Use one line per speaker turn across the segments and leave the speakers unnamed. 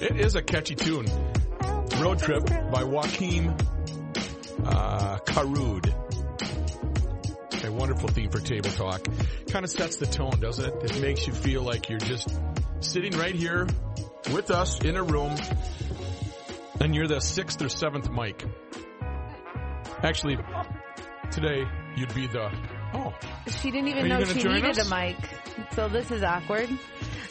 is a catchy tune. Road Trip by Joaquim uh, Carude. A wonderful theme for table talk. Kind of sets the tone, doesn't it? It makes you feel like you're just sitting right here with us in a room and you're the sixth or seventh mic. Actually, today you'd be the, oh,
She didn't
Are
even
you
know
gonna
she
join
needed
us?
a mic. So this is awkward.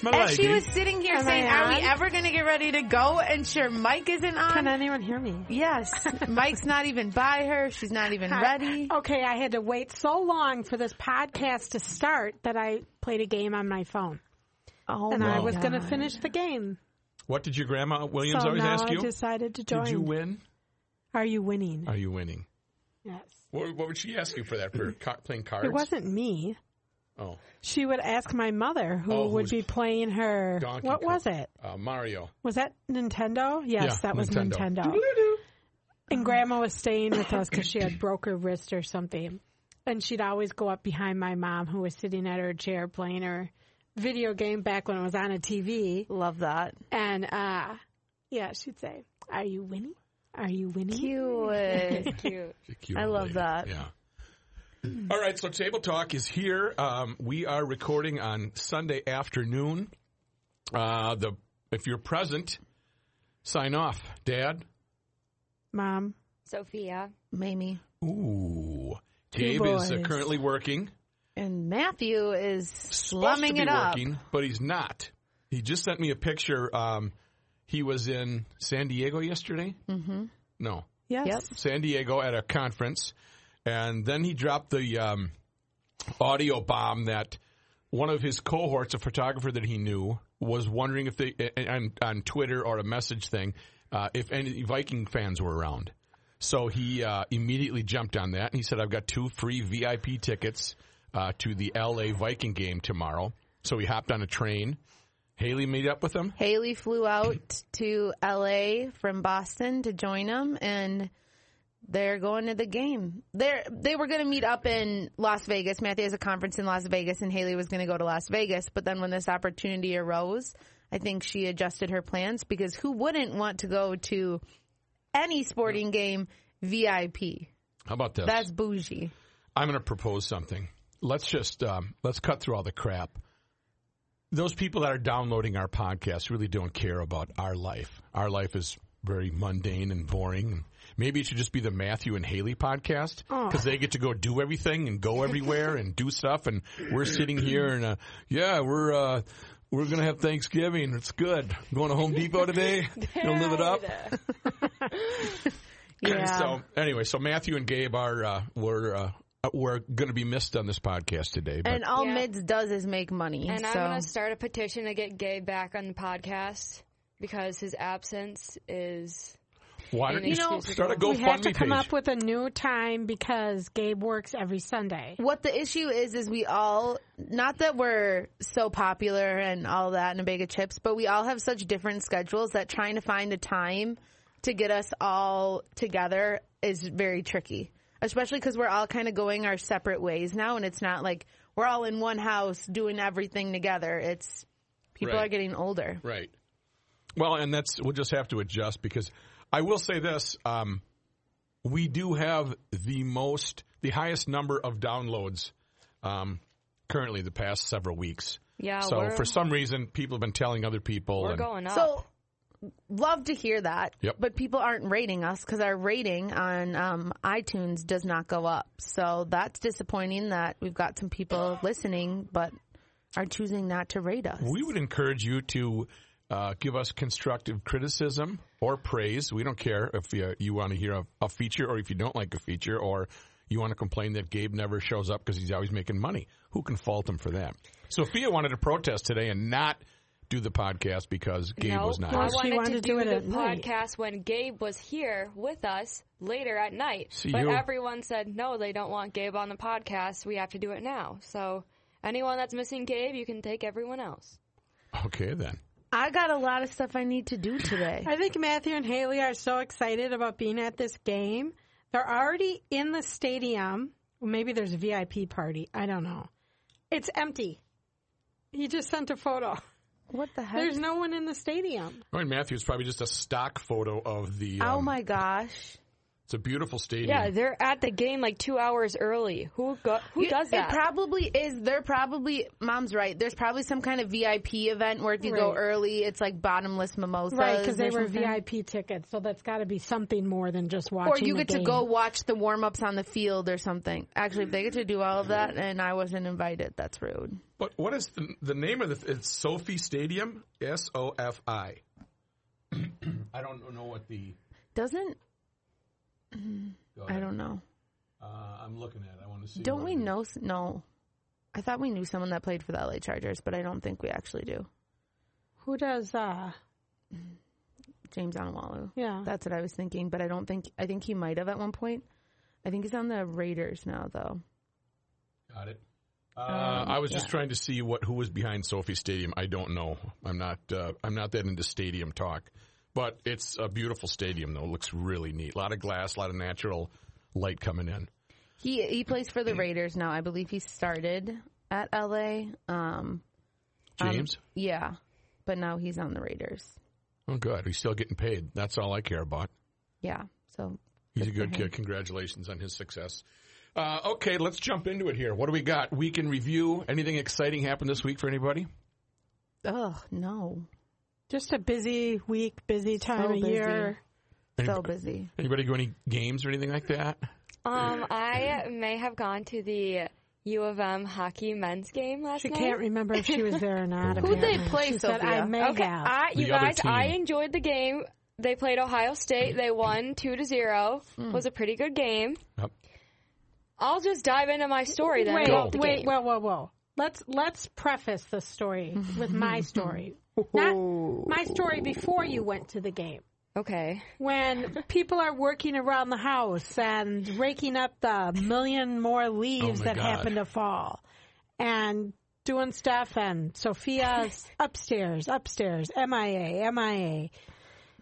my
And she
lady.
was sitting here
Am
saying,
I
are we
on?
ever going to get ready to go? And sure, Mike isn't on.
Can anyone hear me?
yes. Mike's not even by her. She's not even ready.
Okay, I had to wait so long for this podcast to start that I played a game on my phone.
Oh,
And I
Wow.
was going to finish the game.
what did your grandma Williams
so
always
now
ask
I
you?
decided to join.
Did you win?
Are you winning?
Are you winning?
yes.
What, what would she ask you for that? For co- playing cards?
It wasn't me.
Oh,
She would ask my mother who
Oh,
would
who's-
be playing her.
Donkey
what
Kong.
was it?
uh, Mario.
Was that Nintendo? Yes,
Yeah,
that was
Nintendo.
Nintendo. And grandma was staying with us because she had broke her wrist or something. And she'd always go up behind my mom, who was sitting at her chair playing her video game back when it was on a TV.
Love that.
And uh, yeah, she'd say, Are you winning? Are you winning?
Cute.
Cute.
She's a cute
I
old
love
lady.
that.
Yeah. All right, so Table Talk is here. Um, we are recording on Sunday afternoon. Uh, the if you're present, sign off, Dad.
Mom,
Sophia.
Mamie.
Ooh, Gabe
boys.
is uh, currently working.
And Matthew is
Supposed
slumming
to
it
be
up.
working, but he's not. He just sent me a picture. Um, he was in San Diego yesterday. Mm-hmm. No,
yes.
Yep.
San Diego at a conference, and then he dropped the um, audio bomb that one of his cohorts, a photographer that he knew, was wondering if they on, on Twitter or a message thing uh, if any Viking fans were around. So he uh, immediately jumped on that, and he said, "I've got two free VIP tickets uh, to the LA Viking game tomorrow." So he hopped on a train. Haley made up with him.
Haley flew out to LA from Boston to join them and they're going to the game. They they were going to meet up in Las Vegas. Matthew has a conference in Las Vegas and Haley was going to go to Las Vegas, but then when this opportunity arose, I think she adjusted her plans because who wouldn't want to go to any sporting game VIP?
How about this?
That's bougie.
I'm going to propose something. Let's just um, let's cut through all the crap. Those people that are downloading our podcast really don't care about our life. Our life is very mundane and boring. Maybe it should just be the Matthew and Haley podcast because they get to go do everything and go everywhere and do stuff, and we're sitting here and uh, yeah, we're uh, we're going to have Thanksgiving. It's good. Going to Home Depot today. Gonna live it up.
Yeah.
So anyway, so Matthew and Gabe are uh, were uh, were going to be missed on this podcast today. But
and all
Yeah.
Mids does is make money.
And I'm
so-
going to start a petition to get Gabe back on the podcast because his absence is.
why don't you,
You know,
start a
Go
we have to
GoFundMe
come
page?
up with a new time because Gabe works every Sunday.
what the issue is is we all not that we're so popular and all that and a bag of chips but we all have such different schedules that trying to find a time to get us all together is very tricky especially because we're all kind of going our separate ways now and it's not like we're all in one house doing everything together it's people
Right.
are getting older
right. Well, and that's we'll just have to adjust because I will say this: um, we do have the most, the highest number of downloads um, currently the past several weeks.
Yeah,
So
we're,
for some reason, people have been telling other people.
we're
and-
going up.
So, love to hear that.
Yep.
But people aren't rating us because our rating on um, iTunes does not go up. So that's disappointing that we've got some people listening but are choosing not to rate us.
We would encourage you to uh, give us constructive criticism or praise. We don't care if you, you want to hear a, a feature or if you don't like a feature or you want to complain that Gabe never shows up because he's always making money. Who can fault him for that? Sophia wanted to protest today and not do the podcast because Gabe
no,
was not.
I
here.
She
wanted,
wanted
to, do,
it
the
at night.
podcast when Gabe was here with us later at night.
See,
but
you-
everyone said, no, they don't want Gabe on the podcast. We have to do it now. So anyone that's missing Gabe, you can take everyone else.
Okay, then.
I got a lot of stuff I need to do today.
I think Matthew and Haley are so excited about being at this game. They're already in the stadium. Maybe there's a VIP party. I don't know. It's empty. He just sent a photo.
What the heck?
There's no one in the stadium.
I mean, Matthew, it's probably just a stock photo of the.
oh
um,
my gosh.
It's a beautiful stadium.
Yeah, they're at the game like two hours early. Who go, who
You-
does that?
It probably is. They're probably, mom's right. There's probably some kind of VIP event where if you go
Right.
early, it's like bottomless mimosas.
Right, because they
or
were
something.
VIP tickets, so that's got to be something more than just
Or
watching.
you
the
get to
game.
go watch the warm ups on the field or something. Actually, if they get to do all of that and I wasn't invited, that's rude.
But what is the, the name of the? It's Sophie Stadium. S O F I. I don't know what the.
Doesn't,
go
I
ahead.
don't know.
Uh, I'm looking at. it. I want to see.
Don't
what
we
it is.
know? s- No. I thought we knew someone that played for the LA Chargers, but I don't think we actually do.
Who does? uh
James Onawalu.
Yeah,
That's what I was thinking, but I don't think, I think he might have at one point. I think he's on the Raiders now, though.
Got it. Uh, I was just trying to see what who was behind Sophie Stadium. I don't know. I'm not. Uh, I'm not that into stadium talk, but it's a beautiful stadium though. It looks really neat. A lot of glass, a lot of natural light coming in.
He he plays for the Raiders now. I believe he started at LA. Um,
James,
yeah, but now he's on the Raiders.
oh good, he's still getting paid. That's all I care about.
Yeah, so
He's a
Mm-hmm.
good kid. Congratulations on his success. Uh, okay, let's jump into it here. What do we got? Week in review. Anything exciting happened this week for anybody?
oh no,
just a busy week, busy time of
busy.
year. uh,
so busy.
Anybody go any games or anything like that?
um, I may have gone to the U of M hockey men's game last
She
night.
can't remember if she was there or not.
Who'd
Who'd they
apparently.
play,
She said,
Sophia?
I may
Okay,
have.
I, you
The other
guys, I
team.
enjoyed the game. They played Ohio State. They won two to zero.
Hmm.
Was a pretty good game.
Yep.
I'll just dive into my story then.
wait,
about the
wait,
game.
whoa, whoa, whoa. Let's let's preface the story with my story, not my story before you went to the game.
Okay.
When people are working around the house and raking up the million more leaves
Oh my
that
God.
happen to fall, and doing stuff, and Sophia's upstairs, upstairs, MIA, MIA.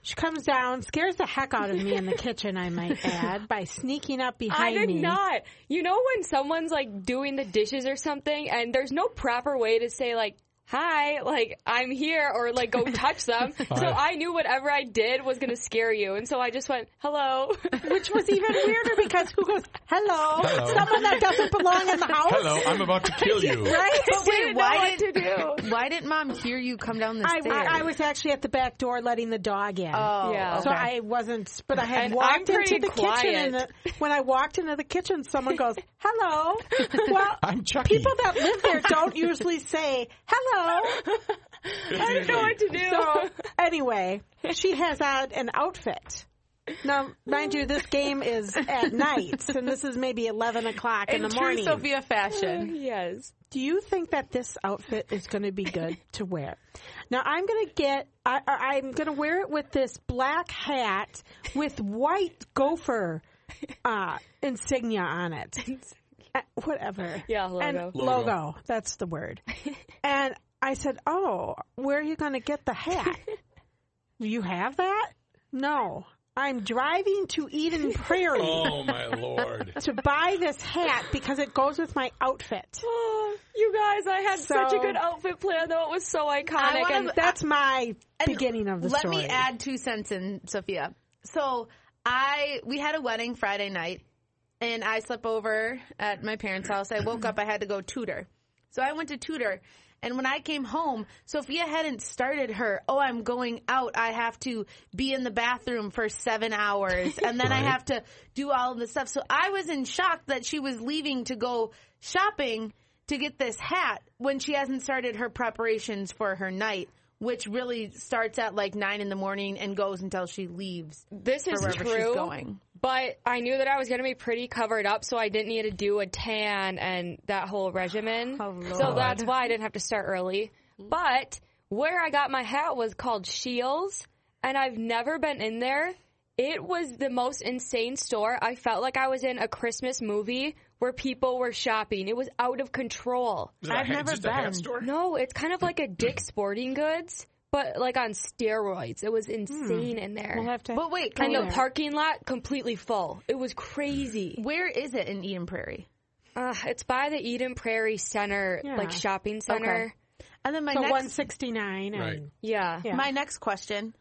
She comes down, scares the heck out of me in the kitchen. I might add by sneaking up
I
behind
did
me.
not. You know when someone's like doing the dishes or something and there's no proper way to say like hi, like I'm here or like go touch them. so I knew whatever I did was going to scare you and so I just went, "Hello."
which was even weirder because who goes, hello, someone that doesn't belong in the house?
Hello, I'm about to kill you.
Right?
But
Wait, why
did
did
to do?
why did mom hear you come down the
I,
stairs?
I, I was actually at the back door letting the dog in.
Oh,
Yeah.
So
okay.
I wasn't, but I had
And I'm
walked
pretty
into the kitchen, and
quiet.
the- when I walked into the kitchen, someone goes, "Hello." Well,
I'm Chucky.
people that live there don't usually say hello.
I didn't know what to do.
So anyway, she has out an outfit. Now, mind you, this game is at night, and this is maybe eleven o'clock in, the morning. Uh,
True Sophia fashion.
yes.
do you think that this outfit is going to be good to wear? Now I'm going to get, I, I- I'm going to wear it with this black hat with white gopher uh, insignia on it. Uh, whatever.
Yeah,
And
logo.
logo. That's the word. and I said, "Oh, where are you going to get the hat? Do you have that? No, I'm driving to Eden Prairie."
Oh my lord.
To buy this hat because it goes with my outfit.
Oh, you guys, I had such a
So-
good outfit plan though. It was so
I
iconic
wanna-
and
That's my beginning of the
Let
story.
me add two cents in, Sophia. So I we had a wedding Friday night, and I slept over at my parents' house. I woke up. I had to go tutor, so I went to tutor. And when I came home, Sophia hadn't started her. Oh, I'm going out. I have to be in the bathroom for seven hours, and then I have to do all of this stuff. So I was in shock that she was leaving to go shopping to get this hat when she hasn't started her preparations for her night, which really starts at like nine in the morning and goes until she leaves.
this is
wherever she's
true.
going.
But I knew that I was going to be pretty covered up, so I didn't need to do a tan and that whole regimen. so
Oh, Lord.
that's why I didn't have to start early. But where I got my hat was called Shields, and I've never been in there. It was the most insane store. I felt like I was in a Christmas movie where people were shopping. It was out of control.
Is it a
I've
hat-
never
just a hat
been.
store?
No, it's kind of like a Dick Sporting Goods, but like on steroids. It was insane in there.
We'll have to-
But wait, can
and the
you,
parking lot completely full. It was crazy.
where is it in Eden Prairie?
Uh, it's by the Eden Prairie Center,
Yeah.
like shopping center.
And then my
So
next
169 and
Right.
Yeah.
Yeah.
My next question.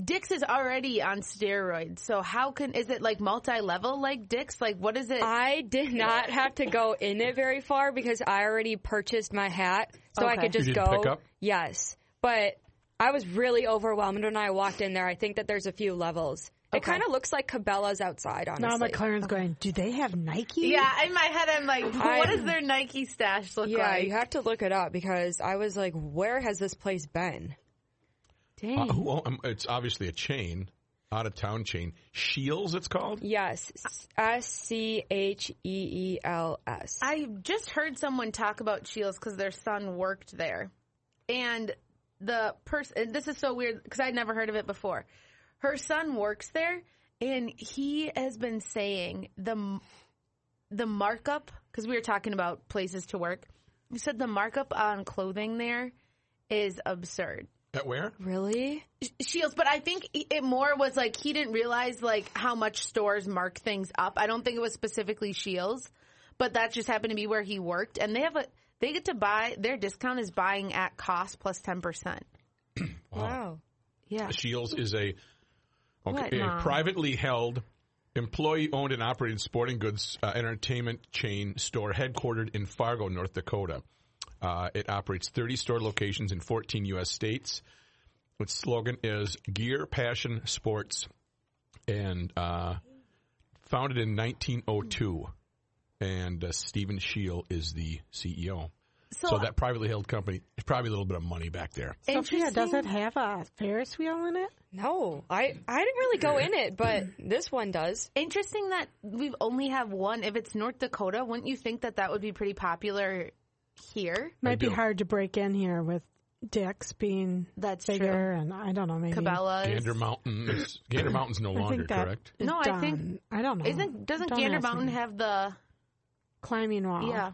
Dix is already on steroids, so how can is it like multi level like Dix? Like what is it?
I did not have to go in it very far because I already purchased my hat, so I
Okay.
could just
You did
go.
pick up?
Yes, but I was really overwhelmed when I walked in there. I think that there's a few levels. It
Okay.
kind of looks like Cabela's outside, honestly.
now McLaren's going, do they have Nike?
yeah, in my head I'm like,
I-
what does their Nike stash look
yeah,
like?
you have to look it up because I was like, where has this place been?
Uh, well, um, it's obviously a chain, out of town chain. Shields, it's called.
Yes, S C H E E L S.
I just heard someone talk about Shields because their son worked there, and the person. This is so weird because I'd never heard of it before. Her son works there, and he has been saying the m- the markup because we were talking about places to work. He said the markup on clothing there is absurd.
At where?
Really?
Shields, but I think e, it more was like he didn't realize like how much stores mark things up. I don't think it was specifically Shields, but that just happened to be where he worked, and they have a they get to buy their discount is buying at cost plus ten percent.
Wow.
Yeah,
Shields is a,
What,
okay, a
Mom?
privately held, employee-owned and operated sporting goods uh, entertainment chain store headquartered in Fargo, North Dakota. Uh, it operates 30 store locations in 14 U.S. states. Its slogan is "Gear, Passion, Sports," and uh, founded in 1902. And uh, Stephen Shield is the CEO.
so,
So that privately held company, probably a little bit of money back there.
Sophia, does
interesting.
it have a Ferris wheel in it?
No, I I didn't really go in it, but this one does.
Interesting that we've only have one. If it's North Dakota, wouldn't you think that that would be pretty popular here?
Might be
do.
hard to break in here with Dick's being
That's
bigger, and I don't know, maybe.
true. Cabela's.
Gander Mountain, is, Gander Mountain's no longer
that-
correct.
is
No, I think-
done. I don't know.
Isn't doesn't
Don't
Gander
ask me.
Mountain have the
climbing wall?
yeah?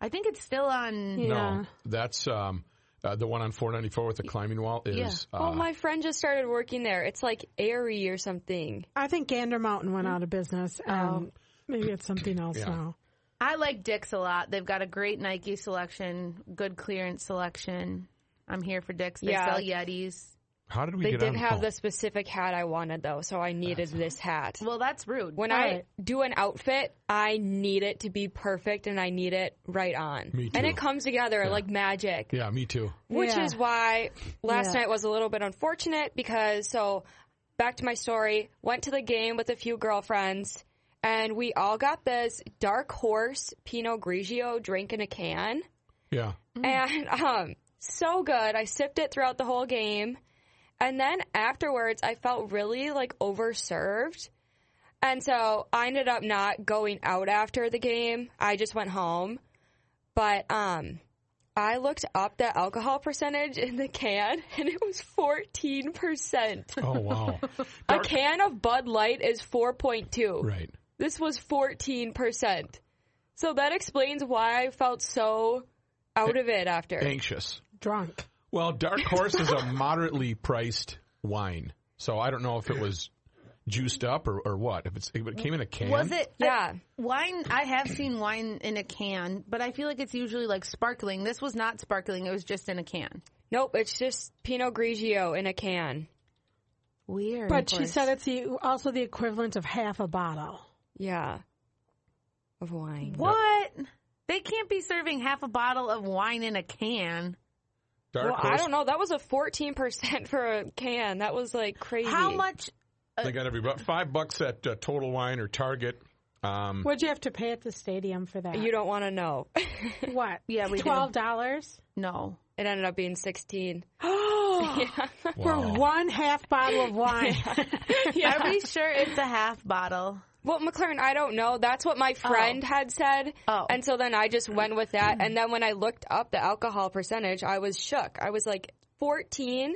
I think it's still on.
Yeah.
No, that's um, uh, the one on 494 with the climbing wall is.
Yeah.
Uh,
oh, my friend just started working there. It's like airy or something.
I think Gander Mountain went out of business.
Oh.
Um, Maybe it's something else
Yeah.
now.
I like Dick's a lot. They've got a great Nike selection, good clearance selection. I'm here for Dick's. They
Yeah.
sell Yetis.
how did we
They
get
didn't
on?
have
oh,
the specific hat I wanted though, so I needed this hat.
Well, that's rude.
When
Right.
I do an outfit, I need it to be perfect and I need it right on.
Me
And
too.
it comes together like magic.
Yeah, me too.
Which
Yeah.
is why last
Yeah.
night was a little bit unfortunate because so back to my story, went to the game with a few girlfriends and we all got this dark horse Pinot Grigio drink in a can.
Yeah.
and um, so good. I sipped it throughout the whole game, and then afterwards, I felt really like overserved, and so I ended up not going out after the game. I just went home, but um, I looked up the alcohol percentage in the can, and it was fourteen percent.
Oh, wow.
A can of Bud Light is four point two.
right.
This was 14%. So that explains why I felt so out of it after.
Anxious.
Drunk.
Well, Dark Horse is a moderately priced wine. So I don't know if it was juiced up or, or what. If, it's, if it came in a can.
was it
Yeah.
I- wine? I have seen wine in a can, but I feel like it's usually like sparkling. This was not sparkling; it was just in a can.
Nope, it's just Pinot Grigio in a can.
Weird.
But she said it's the, also the equivalent of half a bottle.
Yeah. Of wine.
"What? They can't be serving half a bottle of wine in a can.
Dark
Well,
Horse.
I don't know. That was a 14% for a can. That was like crazy.
How much?
They got every bu- five bucks at uh, Total Wine or Target. Um,
What'd you have to pay at the stadium for that?
You don't want to know.
what?
Yeah, we do.
twelve dollars
No,
It ended up being 16.
for
wow.
one half bottle of wine.
are we sure it's a half bottle?
Well, McLaren, I don't know. That's what my friend had said.
Oh.
And so then I just went with that. And then when I looked up the alcohol percentage, I was shook. I was like, 14?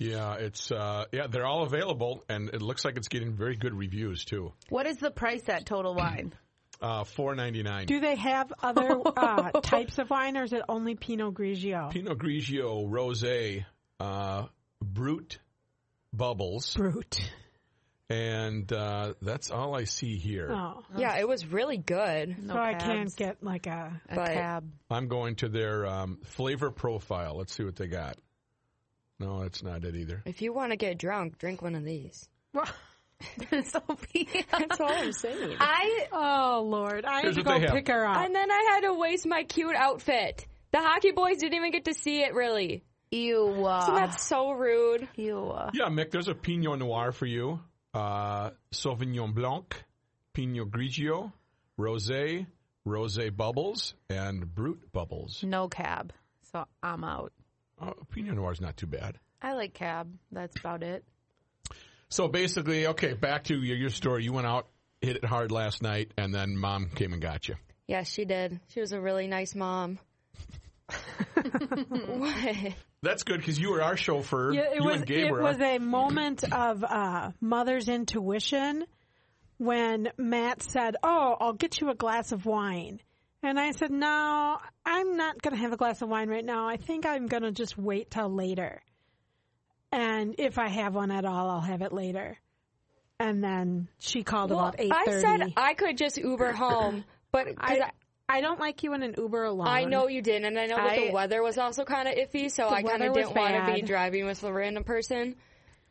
Yeah, it's uh, yeah, they're all available, and it looks like it's getting very good reviews too.
What is the price at Total Wine?"
Uh, Four ninety nine.
Do they have other uh, types of wine, or is it only Pinot Grigio?
Pinot Grigio, Rosé, uh, Brut Bubbles,
Brut.
And uh, that's all I see here.
Oh,
Yeah, it was really good.
so I can't get like a.
a
but-
cab.
I'm going to their um, flavor profile. Let's see what they got. No, that's not it either.
If you want to get drunk, drink one of these.
Sophia.
That's all I'm saying.
I
Oh Lord, I
Here's
had to
what
go
they have.
pick her up.
And then I had to waste my cute outfit. The hockey boys didn't even get to see it, really.
ew. uh,
Isn't that so rude?
ew. uh,
Yeah, Mick, there's a Pinot Noir for you. Uh, Sauvignon Blanc, Pinot Grigio, Rosé, Rosé Bubbles, and Brut Bubbles.
No cab. So I'm out.
Oh, Pinot Noir's not too bad.
I like cab. That's about it.
So basically, okay, back to your, your story. You went out, hit it hard last night, and then mom came and got you.
Yes, she did. She was a really nice mom. what?
That's good because you were our chauffeur.
Yeah, it
you
was
and Gabe
it
were
was
our-
a moment of uh, mother's intuition when Matt said, "Oh, I'll get you a glass of wine," and I said, "No, I'm not going to have a glass of wine right now. I think I'm going to just wait till later, and if I have one at all, I'll have it later." And then she called about eight
I
thirty.
said I could just Uber home, but 'cause
uh, I,
I,
I don't like you in an Uber alone.
I know you didn't, and I know that
I-
the weather was also kind of iffy, so I kind
weather
of
was
didn't want to be
bad.
driving with a random person.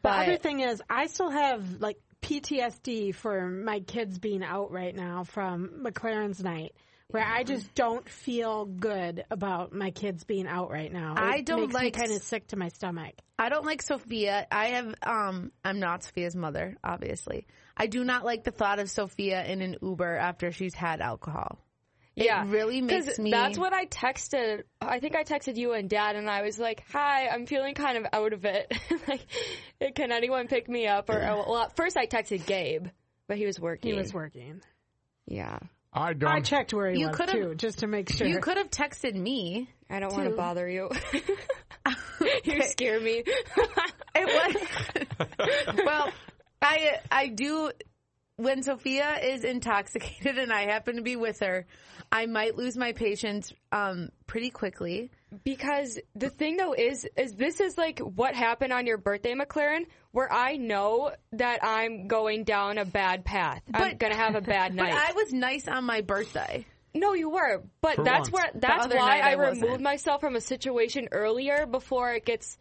The
But
other thing is, I still have like PTSD for my kids being out right now from McLaren's night, where I just don't feel good about my kids being out right now. It
I don't
makes
like
kind of
s-
sick to my stomach.
I don't like Sophia. I have um I'm not Sophia's mother, obviously. I do not like the thought of Sophia in an Uber after she's had alcohol.
yeah,
really makes
'Cause
me-
That's what I texted. I think I texted you and Dad, and I was like, "Hi, I'm feeling kind of out of it. like, can anyone pick me up?" Or well, at first I texted Gabe, but he was working.
He was working.
Yeah,
I
I
don't.
checked where he
You
was
could've-
too, just to make sure.
You could have texted me.
I don't want to bother you. you scare me.
It was Well, I I do when Sophia is intoxicated and I happen to be with her, I might lose my patience um pretty quickly.
Because the thing though is, is this is like what happened on your birthday, McLaren, where I know that I'm going down a bad path. I'm
But-
gonna have a bad
But
night.
I was nice on my birthday.
no, you were, but
For
that's
once.
where that's
other
why
night
I,
I
removed
wasn't.
myself from a situation earlier before it gets.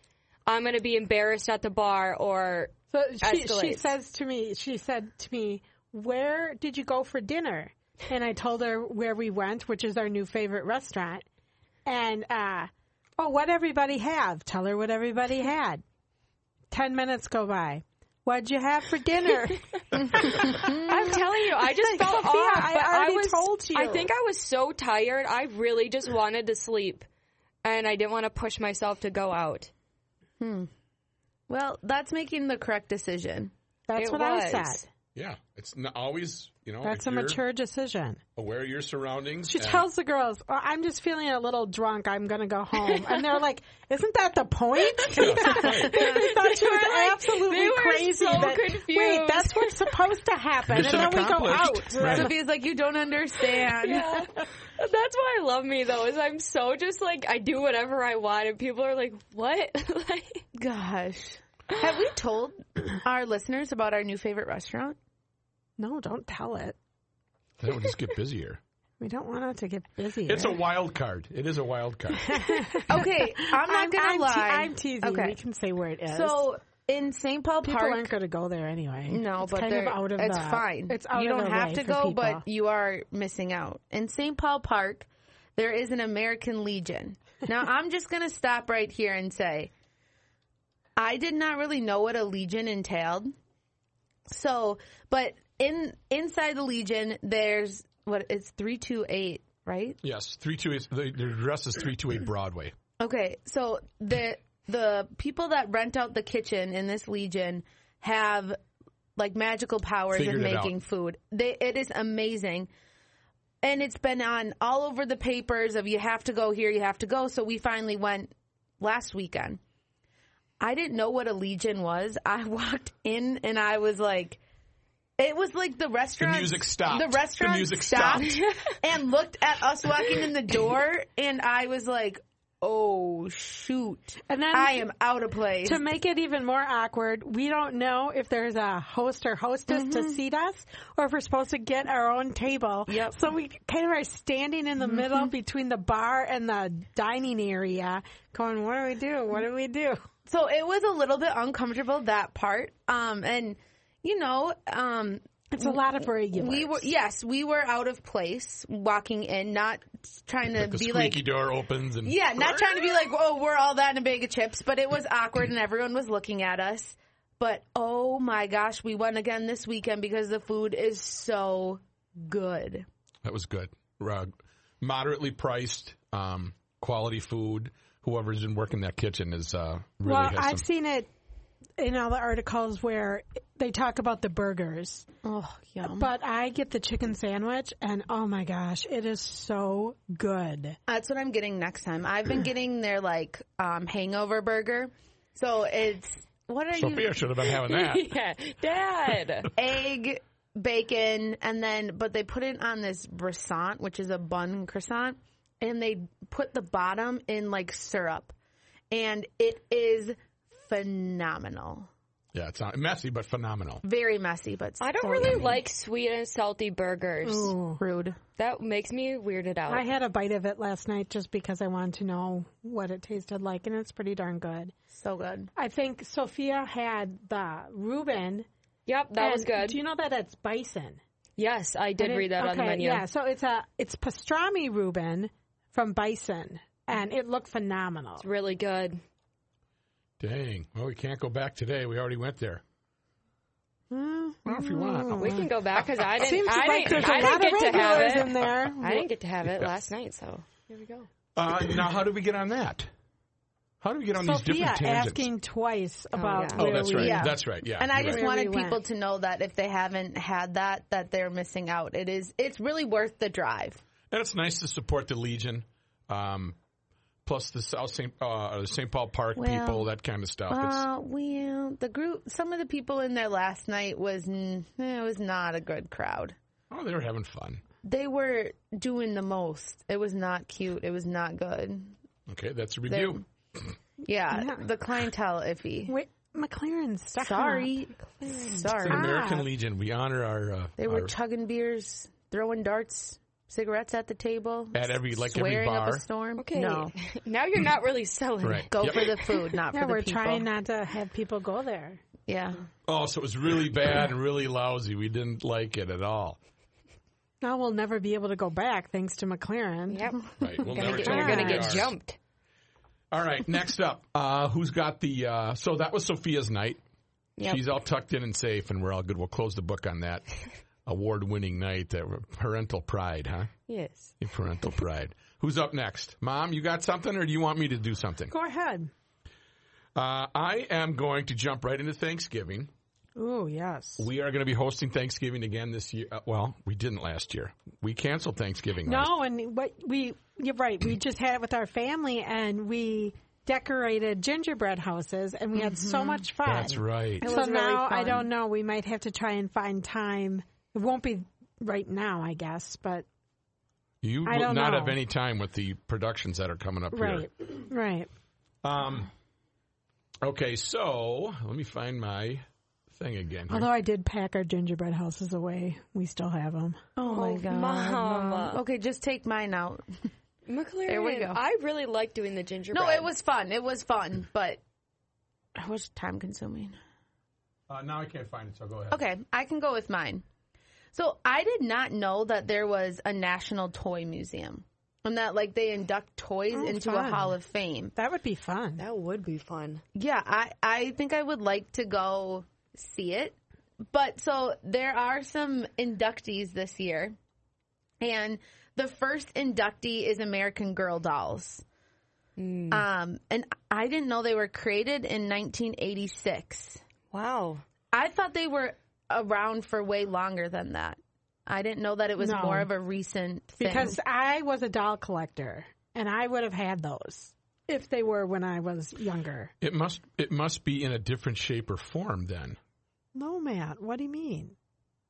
I'm gonna be embarrassed at the bar, or
So she, she
escalates.
says to me, she said to me, "Where did you go for dinner?" And I told her where we went, which is our new favorite restaurant. And uh, oh, what everybody have? Tell her what everybody had. Ten minutes go by. What'd you have for dinner?
I'm telling you, I just felt
Sophia,
off.
I
but
already
was,
told you.
I think I was so tired. I really just wanted to sleep, and I didn't want to push myself to go out.
Well, that's making the correct decision.
That's
It
what I
was.
said.
Yeah, it's not always you know.
That's
if
a
you're
mature decision.
Aware of your surroundings.
She
and-
tells the girls, oh, "I'm just feeling a little drunk. I'm gonna go home." And they're like, "Isn't that the point?"
Right.
they thought she was
were like-
absolutely
they were
crazy.
so
that, Wait,
confused."
that's what's supposed to happen,
Mission
and then we go out.
accomplished. Right.
Sophia's like, you don't understand.
Yeah. That's why I love me though, is I'm so just like I do whatever I want and people are like, What? like
Gosh. Have we told our listeners about our new favorite restaurant?
No, don't tell it.
That would just get busier.
We don't want it to get busy.
It's a wild card. It is a wild card.
Okay, I'm not gonna
I'm,
lie.
Te- I'm teasing.
Okay.
We can say where it is.
So in St. Paul
people
Park,
aren't going to go there anyway.
no,
it's
but
kind of
they're-
out of
it's
the-
fine.
It's out
you
of
don't
the
have
way
to
for
go,
people.
but you are missing out. In St. Paul Park, there is an American Legion. Now, I'm just gonna stop right here and say, I did not really know what a legion entailed. So, but in inside the legion, there's what it's three two eight, right?
yes, three two eight. The, the address is three two eight Broadway.
Okay, so the the people that rent out the kitchen in this legion have like magical powers
Figured
of
it out.
making food. They, it is amazing. And it's been on all over the papers of you have to go here, you have to go. So we finally went last weekend. I didn't know what a legion was. I walked in and I was like it was like the restaurant
music stopped.
The
The
restaurant
music
stopped and looked at us walking in the door and I was like, oh shoot,
And then-
I am out of place.
To make it even more awkward, we don't know if there's a host or hostess to seat us or if we're supposed to get our own table.
Yep.
So we kind of are standing in the middle between the bar and the dining area going, what do we do? What do we do?
so it was a little bit uncomfortable that part. Um, and you know, um,
It's a lot of regulars.
we were yes, we were out of place walking in, not trying to
The
be
squeaky
like
door opens and
Yeah, not trying to be like, oh, we're all that in a bag of chips, but it was awkward and everyone was looking at us. But oh my gosh, we went again this weekend because the food is so good.
That was good. Uh, moderately priced, um, quality food. Whoever's been working that kitchen is uh, really
well,
has
I've
some.
seen it in all the articles where they talk about the burgers,
Oh, yum.
but I get the chicken sandwich and oh my gosh, it is so good.
That's what I'm getting next time. I've been getting their like um, hangover burger. So it's, what are you?
Sophia should have been having that.
yeah, Dad.
egg, bacon, and then but they put it on this croissant, which is a bun croissant, and they put the bottom in like syrup, and it is phenomenal.
yeah, it's not messy, but phenomenal.
Very messy, but
I don't
so
really
yummy.
like sweet and salty burgers.
rude.
That makes me weirded out.
I had a bite of it last night just because I wanted to know what it tasted like, and it's pretty darn good.
So good.
I think Sophia had the Reuben.
yep, that was
and
good.
Do you know that that's bison?
yes, I did read that on the
Okay,
menu.
Yeah, so it's a it's pastrami Reuben from bison, and it looked phenomenal.
Really good.
Dang. Well, we can't go back today. We already went there. Well, if you want.
We can go back because I didn't.
Hmm. Seems
I
like
didn't,
there's a
I
lot
didn't
of
get to have
regulars
it.
in there.
I didn't get to have it last night, so here we go.
Uh, now, how did we get on that? How do we get on these
Sophia
different tangents?
asking twice about
yeah.
oh,
where
that's
we-
right.
Yeah.
That's right. Yeah.
And I
you're
just
right.
Where we
wanted people
went.
to know that if they haven't had that, that they're missing out. It is, it's really worth the drive.
And it's nice to support the Legion, um, plus the South St. Uh, the St. Paul Park
Well,
people, that kind of stuff. It's-
Uh, well, the group, some of the people in there last night was, n- eh, it was not a good crowd.
oh, they were having fun.
they were doing the most. It was not cute. It was not good.
Okay, that's a review.
Yeah, the clientele iffy.
Wait, McLaren. stop.
Sorry,
It's an
Ah.
sorry.
American Legion. We honor our. Uh,
They were
our-
chugging beers, throwing darts, cigarettes at the table.
At every- like every
swearing up
bar.
a storm.
Okay.
no,
now you're not really selling
right.
it.
go
Yep.
for the food, not
Yeah,
for the
we're
people.
trying not to have people go there.
yeah,
Oh, so it was really bad and really lousy. We didn't like it at all.
Now we'll never be able to go back thanks to McLaren.
Yep.
Right. We'll
Gonna
never
get-
tell
you're
them
gonna
who we
get
are.
jumped.
All right. Next up, uh, who's got the? Uh, so that was Sophia's night.
Yep.
She's all tucked in and safe, and we're all good. We'll close the book on that award-winning night. That parental pride, huh?
Yes.
Your parental pride. Who's up next? Mom, you got something, or do you want me to do something?
Go ahead.
Uh, I am going to jump right into Thanksgiving.
Ooh, yes.
We are going to be hosting Thanksgiving again this year. Uh, well, we didn't last year. We canceled Thanksgiving. last
No, and what we you're right. We just had it with our family, and we decorated gingerbread houses, and we had so much fun.
That's right.
So
was really
now I
fun.
don't know. We might have to try and find time. It won't be right now, I guess, but
You will
I don't
not
know.
have any time with the productions that are coming up
right, right.
here. Um, okay, so let me find my thing again. Here.
Although I did pack our gingerbread houses away, we still have them.
Oh my god,
Mom.
Okay, just take mine out.
McLaren,
we go.
I really like doing the gingerbread.
No, it was fun. It was fun, but it was time consuming.
uh, now I can't find it, so go ahead.
Okay, I can go with mine. So I did not know that there was a national toy museum, and that like they induct toys
Oh,
into a
fun.
hall of fame.
That would be fun.
That would be fun.
Yeah, I I think I would like to go see it. But so there are some inductees this year, and the first inductee is American Girl Dolls.
Hmm.
Um, and I didn't know they were created in 1986.
Wow.
I thought they were around for way longer than that. I didn't know that it was
No.
more of a recent thing.
Because I was a doll collector, and I would have had those if they were when I was younger.
It must it must be in a different shape or form then.
No, Matt. What do you mean?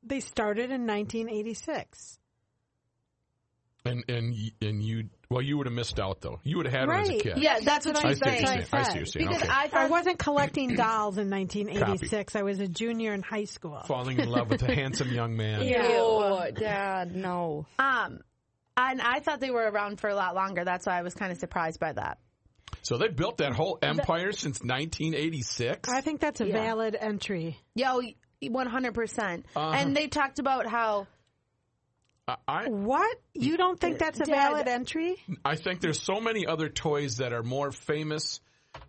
They started in 1986.
And and y- and you Well, you would have missed out though. You would have had one as a
Right.
kid.
Yeah, that's what
That's
I
I'm
see what
saying.
you're saying. I see
said.
what you're saying.
Because
okay.
I
I
thought
wasn't collecting dolls in 1986. I was a junior in high school.
Falling in love with a handsome young man.
Ew,
Yeah.
Dad, no.
um, and I thought they were around for a lot longer. That's why I was kind of surprised by that.
So they built that whole empire since 1986.
I think that's a
Yeah.
valid entry.
Yo, 100. percent
Uh-huh.
And they talked about how
I- I
What? You don't think that's a
Dad.
valid entry?
I think there's so many other toys that are more famous.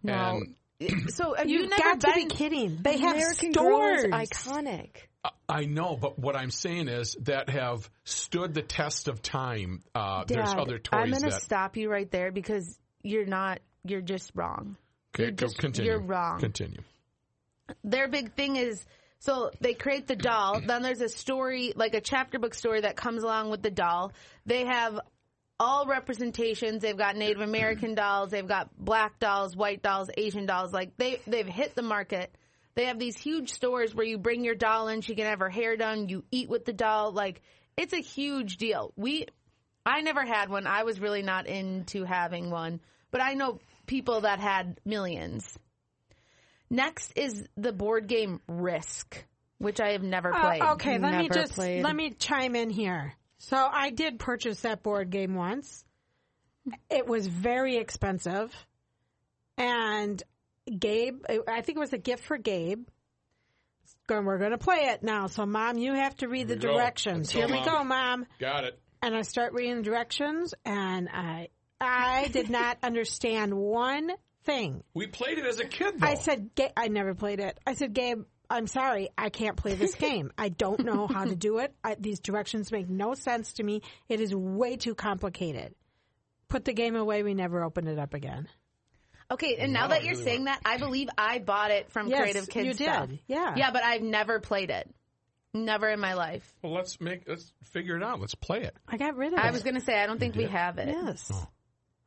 And
so. Have you
You've
never
got to be
been?
kidding. They have
American Girl
stores.
is iconic.
I- I know, but what I'm saying is that have stood the test of time. Uh, there's
Dad,
other toys
I'm gonna
that
stop you right there because you're not. You're just wrong.
Okay,
you're
go-
just-
continue.
you're wrong.
Continue.
their big thing is so they create the doll then there's a story like a chapter book story that comes along with the doll they have all representations they've got native american dolls they've got black dolls white dolls asian dolls like they they've hit the market they have these huge stores where you bring your doll in she can have her hair done you eat with the doll like it's a huge deal we I never had one. I was really not into having one, but I know people that had millions. Next is the board game Risk, which I have never
Uh,
played.
okay, let me
Never
just
played.
let me chime in here. So I did purchase that board game once. It was very expensive, and Gabe, I think it was a gift for Gabe. Going, we're going to play it now. So, Mom, you have to read the
we go. Let's
directions.
go,
Here
Mom.
we go, Mom.
Got it.
And I start reading the directions, and I I did not understand one thing.
We played it as a kid, though.
I said, Ga- I never played it. I said, Gabe, I'm sorry, I can't play this game. I don't know how to do it. I, these directions make no sense to me. It is way too complicated. Put the game away. We never opened it up again.
Okay, and now
Wow,
that
I
you're
really
saying that, I believe I bought it from
Yes,
Creative Kids.
you did.
Stuff.
Yeah.
yeah, but I've never played it. Never in my life.
well, let's make let's figure it out. Let's play it.
I got rid of it.
I was gonna say I don't think we
did?
have it.
Yes.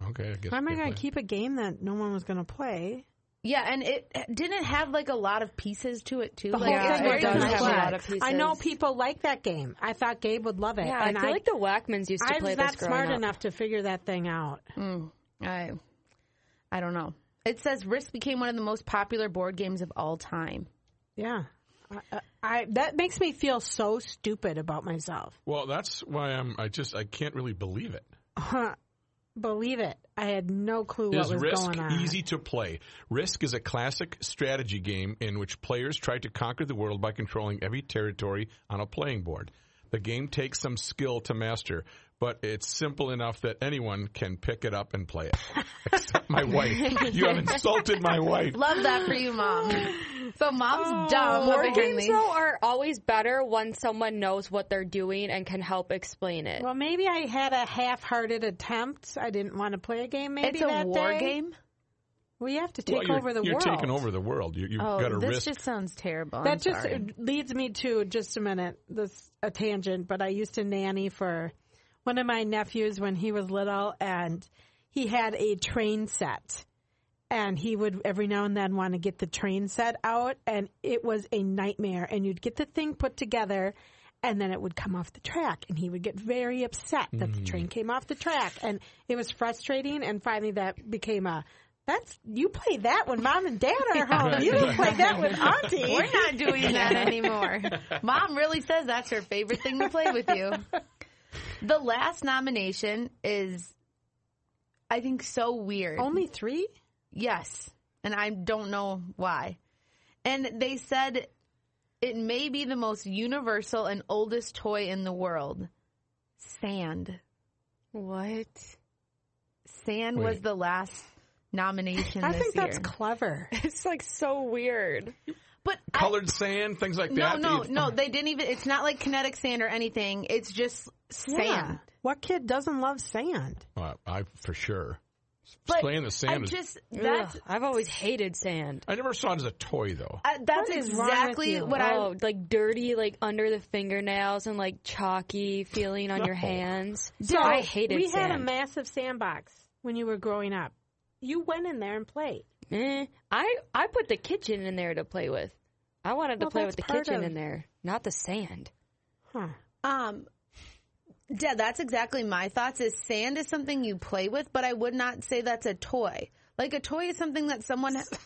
Okay. I guess
How am I
we can
going to
play it.
keep a game that no one was going to play?
Yeah, and it didn't have like a lot of pieces to it too.
The
like
whole
it's
thing
it
very
was
does have a
complex.
lot of pieces.
I know people like that game. I thought Gabe would love it.
Yeah,
and
I feel like the Whackmans used to
I was
play this
not
growing
smart
up.
enough to figure that thing out.
I, I don't know. It says Risk became one of the most popular board games of all time.
Yeah. I, I, I that makes me feel so stupid about myself.
Well, that's why I'm. I just I can't really believe it.
Huh. Believe it. I had no clue
Is
what was
Risk
going on.
easy to play? Risk is a classic strategy game in which players try to conquer the world by controlling every territory on a playing board. The game takes some skill to master, but it's simple enough that anyone can pick it up and play it. Except my wife. You have insulted my wife.
Love that for you, mom. So mom's dumb.
Board
apparently.
games though are always better when someone knows what they're doing and can help explain it.
Well, maybe I had a half-hearted attempt. I didn't want to play a game. Maybe
It's a
that
war
day.
game.
We have to
Well,
take
you're,
over the
you're
world.
taking over the world. You, you've got
Oh,
to
this
risk.
just sounds terrible.
That
Oh, I'm
just
sorry.
it leads me to just a minute. This a tangent, but I used to nanny for one of my nephews when he was little, and he had a train set. And he would every now and then want to get the train set out, and it was a nightmare. And you'd get the thing put together, and then it would come off the track, and he would get very upset that the
Mm.
train came off the track, and it was frustrating. And finally, that became a that's you play that when mom and dad are home. You don't play that with auntie.
We're not doing that anymore. Mom really says that's her favorite thing to play with you. The last nomination is, I think, so weird.
Only three?
Yes. And I don't know why. And they said it may be the most universal and oldest toy in the world. Sand.
What?
Sand was
Wait.
the last nomination
I
this
think that's
year.
clever.
It's like so weird.
but I-
Colored sand, things like
no,
that.
no,
You've-
no. They didn't even. It's not like kinetic sand or anything. It's just sand.
Yeah. What kid doesn't love sand?
Well, Oh, I for sure.
But
Playing the sand
I
is-
just that's
Ugh, I've always hated sand.
I never saw it as a toy though.
uh, that's
What is wrong with
exactly
you?
what I
oh, like dirty, like under the fingernails and like chalky feeling on your
No.
hands. I hated
We
sand.
had a massive sandbox when you were growing up. You went in there and played.
Eh, I I put the kitchen in there to play with. I wanted to
Well,
play
that's
with the
part
kitchen
of-
in there, not the sand.
Huh.
um. Yeah, that's exactly my thoughts. Is sand is something you play with, but I would not say that's a toy. Like a toy is something that someone.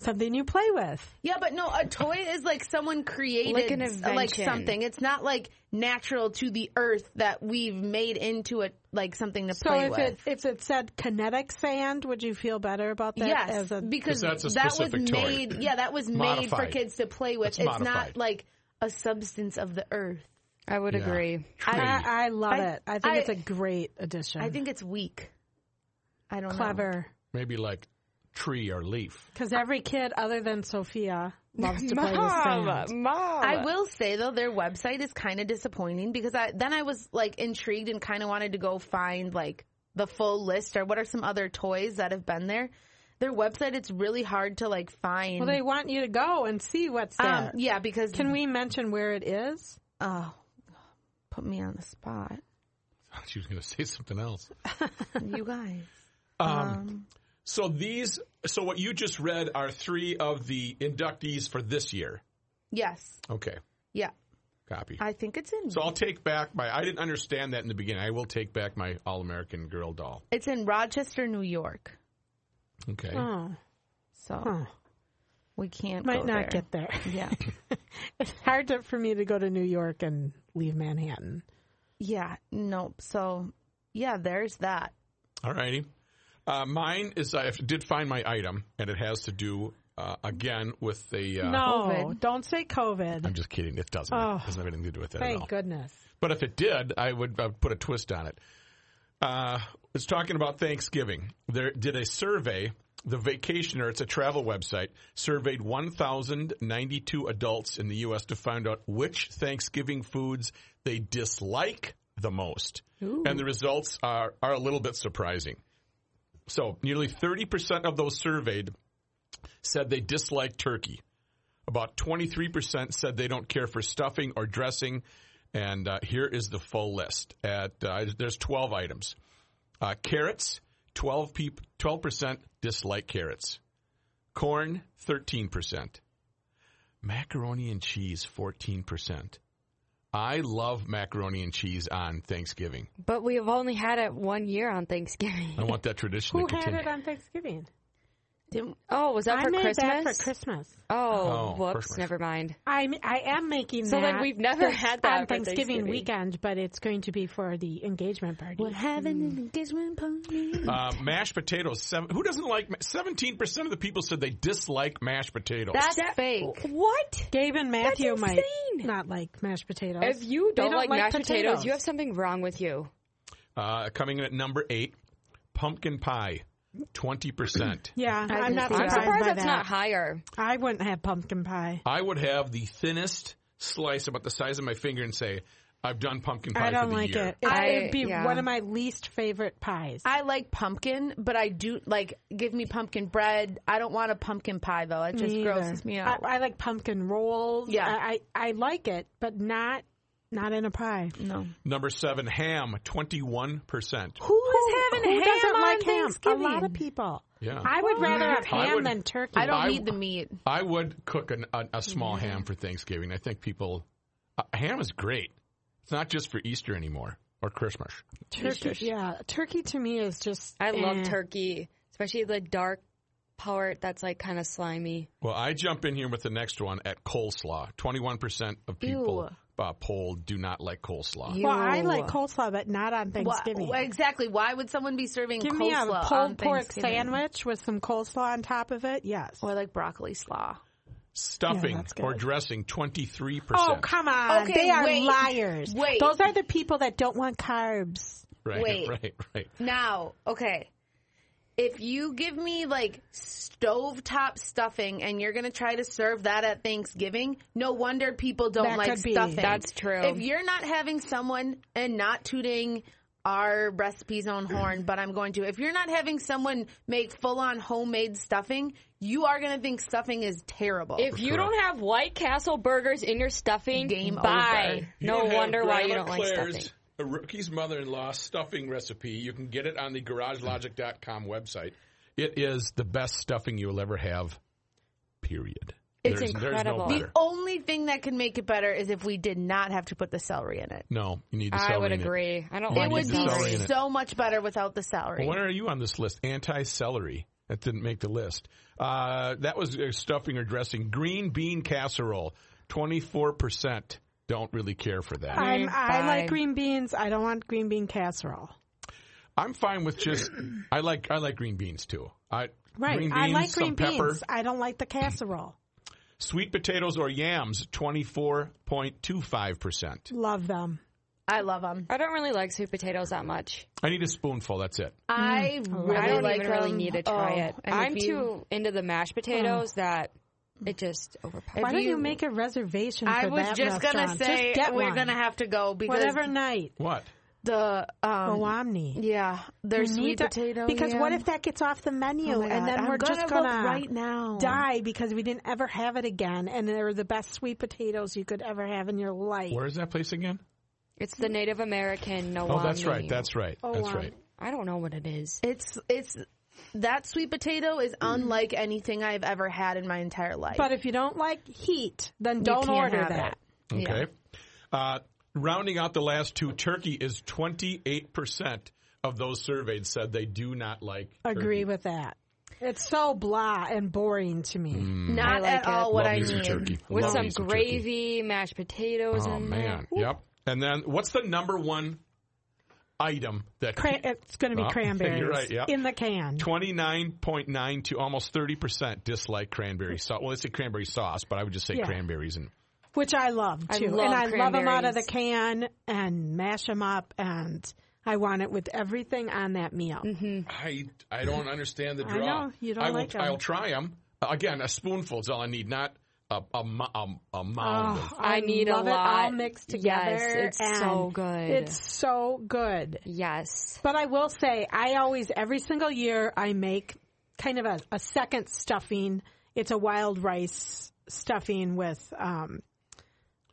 Something you play with.
Yeah, but no, a toy is like someone created uh,
Like an
like
invention.
something. It's not like natural to the earth that we've made into a like something to
So
play
if
with.
it if it said kinetic sand, would you feel better about that?
yes,
As a,
because
'Cause that's a
that was
specific toy.
made. Yeah, that was made for
Modified.
kids to play with.
That's
it's not
modified.
like a substance of the earth.
I would agree.
Tree.
I, I love
I-
it. I think
I-
it's a great addition.
I think it's weak. I don't know.
clever
Maybe like tree or leaf.
because every kid other than Sophia loves to play with sand.
Mom, mom.
I will say though, their website is kind of disappointing because I then I was like intrigued and kind of wanted to go find like the full list or what are some other toys that have been there. Their website, it's really hard to like find.
Well, they want you to go and see what's there.
um, yeah, because
Can we mention where it is?
oh, put me on the spot,
She was going to say something else. Um,
you guys.
Um,
So these, so what you just read are three of the inductees for this year.
Yes,
Okay,
yeah,
copy.
I think it's in
so I'll take back my. I didn't understand that in the beginning. I will take back my All American Girl doll.
it's in Rochester, New York.
Okay.
Oh,
So
Huh.
we can't
might
go there.
not get there.
yeah,
it's hard to, for me to go to New York and leave Manhattan.
yeah, nope. So yeah, there's that.
All righty. Uh, mine is I did find my item, and it has to do uh, again with the. Uh,
no,
COVID.
don't say COVID.
I'm just kidding. It doesn't.
Oh.
It doesn't have anything to do with that at all.
Thank goodness.
But if it did, I would, I would put a twist on it. Uh, it's talking about Thanksgiving. There did a survey. The Vacationer, it's a travel website, surveyed 1,092 adults in the U.S. to find out which Thanksgiving foods they dislike the most. And the results are, are a little bit surprising. So, nearly 30% of those surveyed said they dislike turkey. About 23% said they don't care for stuffing or dressing. And uh, here is the full list. At uh, there's 12 items. Uh, carrots, 12 peop- 12% dislike carrots. Corn, 13%. Macaroni and cheese, 14%. I love macaroni and cheese on Thanksgiving.
But we have only had it one year on Thanksgiving.
I want that tradition
Who
to
had
continue.
it on Thanksgiving?
Didn't,
Oh, was that
I
for
made
Christmas?
that for Christmas.
Oh,
Oh,
whoops,
Christmas.
never mind.
I m- I am making that.
So then we've never
this-
had that
on
for
Thanksgiving,
Thanksgiving.
weekend, but it's going to be for the engagement party.
We're having an engagement party.
Uh, mashed potatoes. Seven, who doesn't like? Seventeen percent of the people said they dislike mashed potatoes.
That's fake.
What?
Gabe and Matthew
That's
might
insane.
not like mashed potatoes.
If you
They
don't, like, mashed potatoes, you have something wrong with you.
Uh, coming in at number eight, pumpkin pie, twenty percent.
Yeah,
I
I'm
can
not
see
I'm
that.
surprised,
surprised
by
that's
that.
not higher.
I wouldn't have pumpkin pie.
I would have the thinnest slice about the size of my finger and say, "I've done pumpkin pie."
I don't
for the
like
year.
it. It
I-
would be
yeah.
one of my least favorite pies.
I like pumpkin, but I do like give me pumpkin bread. I don't want a pumpkin pie though. It just
Me either.
grosses me out.
I, I like pumpkin rolls.
Yeah.
I, I I like it, but not not in a pie.
no.
Number seven, ham, twenty-one percent.
Who is
Who doesn't like ham? A lot of people.
Yeah.
I would rather have
I
ham
would-
than turkey.
I don't
I-
need the meat.
I would cook an, a, a small ham for Thanksgiving. I think people, uh, ham is great. It's not just for Easter anymore or Christmas.
turkey. Yeah, turkey to me is just.
I
eh.
love turkey, especially the dark part that's like kind of slimy.
Well, I jump in here with the next one at coleslaw. 21% of people uh, polled do not like coleslaw.
You-
Well, I like
Ew.
coleslaw, but not on
Why-
Thanksgiving.
exactly. Why would someone be serving
Give
coleslaw
me a
on
pulled pork
Thanksgiving?
sandwich with some coleslaw on top of it. Yes.
or like broccoli slaw?
Stuffing
Yeah, that's good.
or dressing, 23%.
Oh come on!
Okay,
they are
wait.
liars.
Wait.
those are the people that don't want carbs.
right,
wait.
right, right.
Now, okay. If you give me like stovetop stuffing and you're going to try to serve that at Thanksgiving, no wonder people don't
That
like
could be.
stuffing.
That's true.
If you're not having someone and not tooting our recipes on horn, but I'm going to. If you're not having someone make full on homemade stuffing, you are going to think stuffing is terrible.
If you
Correct.
don't have White Castle burgers in your stuffing,
Game
bye.
over.
No wonder why you don't like stuffing.
A rookie's uh, mother-in-law stuffing recipe. You can get it on the garagelogic.com website. It is the best stuffing you'll ever have, period.
It's
there's, There's no
incredible. The
better.
Only thing that could make it better is if we did not have to put the celery in it.
No, you need the celery.
I would
in it.
agree. I don't
It need
It
like the
would
the
be
celery in
celery.
it.
so much better without the celery.
Well, What are you on this list? Anti celery. That didn't make the list. Uh, that was uh, stuffing or dressing. Green bean casserole. Twenty four percent don't really care for that.
Uh,
I'm, I
Bye.
like green beans. I don't want green bean casserole.
I'm fine with just. I like I like green beans too. I
Right.
Green beans,
I like
some
green
pepper,
beans. I don't like the casserole.
sweet potatoes or yams. Twenty four point two five percent.
Love them.
I love them.
I don't really like sweet potatoes that much.
I need a spoonful. That's it.
I really
I don't um,
like
even really
them.
need to try
Oh,
it.
and
I'm
if you-
too into the mashed potatoes that it just overpowers.
Why don't you,
you-
make a reservation for
I was
that
just gonna
restaurant?
say
Just get
we're
one.
gonna have to go because
Whatever night.
What?
the um
Awamni.
yeah, there's
We
sweet
need to-
potato.
Because what
yam.
if that gets off the menu
Oh my
and
God,
then
I'm
we're
gonna
just
look
gonna
right now.
die because we didn't ever have it again and they were the best sweet potatoes you could ever have in your life.
Where is that place again?
It's the Native American no.
Oh, that's right. That's right. That's
wow.
right.
I don't know what it is.
It's it's that sweet potato is unlike anything I've ever had in my entire life.
But if you don't like heat, then don't
can't
order
have
that.
Okay. Uh, rounding out the last two, turkey is 28% of those surveyed said they do not like
Agree
turkey.
with that. It's so blah and boring to me.
Mm.
not
like
at
it.
all what
Love
I
me some
need.
turkey.
With
Love
some
me turkey.
gravy, mashed potatoes.
Oh,
in
man.
there.
Yep. And then what's the number one item that
Cran- it's going to be
Oh, you're
cranberries
right, yeah.
in the can.
29.9 to almost 30% dislike cranberry sauce? Well, they say cranberry sauce, but I would just say
Yeah.
cranberries. And
which I love
I
too.
love
and I love them out of the
cranberries.
can and mash them up, and I want it with everything on that meal.
Mm-hmm.
I, I don't understand the
I
draw.
know, you don't
I will,
like 'em.
I'll try them. Again, a spoonful is all I need, not a, a, mo- a, a mound
Ah.
of
I need a
love it all
lot.
mixed together.
Yes, it's
and
so good.
It's so good.
Yes.
But I will say, I always every single year I make kind of a, a second stuffing. It's a wild rice stuffing with um,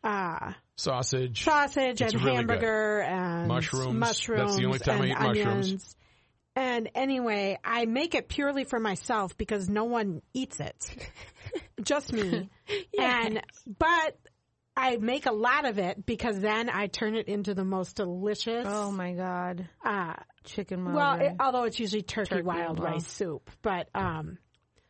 uh,
sausage.
sausage
It's
and
really good.
hamburger and
Mushrooms. That's the only
mushrooms
time I
and
eat mushrooms.
onions. And anyway, I make it purely for myself because no one eats it, just me. And but I make a lot of it because then I turn it into the most delicious.
Oh my god,
uh,
chicken
well,
well,
it, although it's usually turkey, wild
Mm-hmm. well.
rice soup, but um,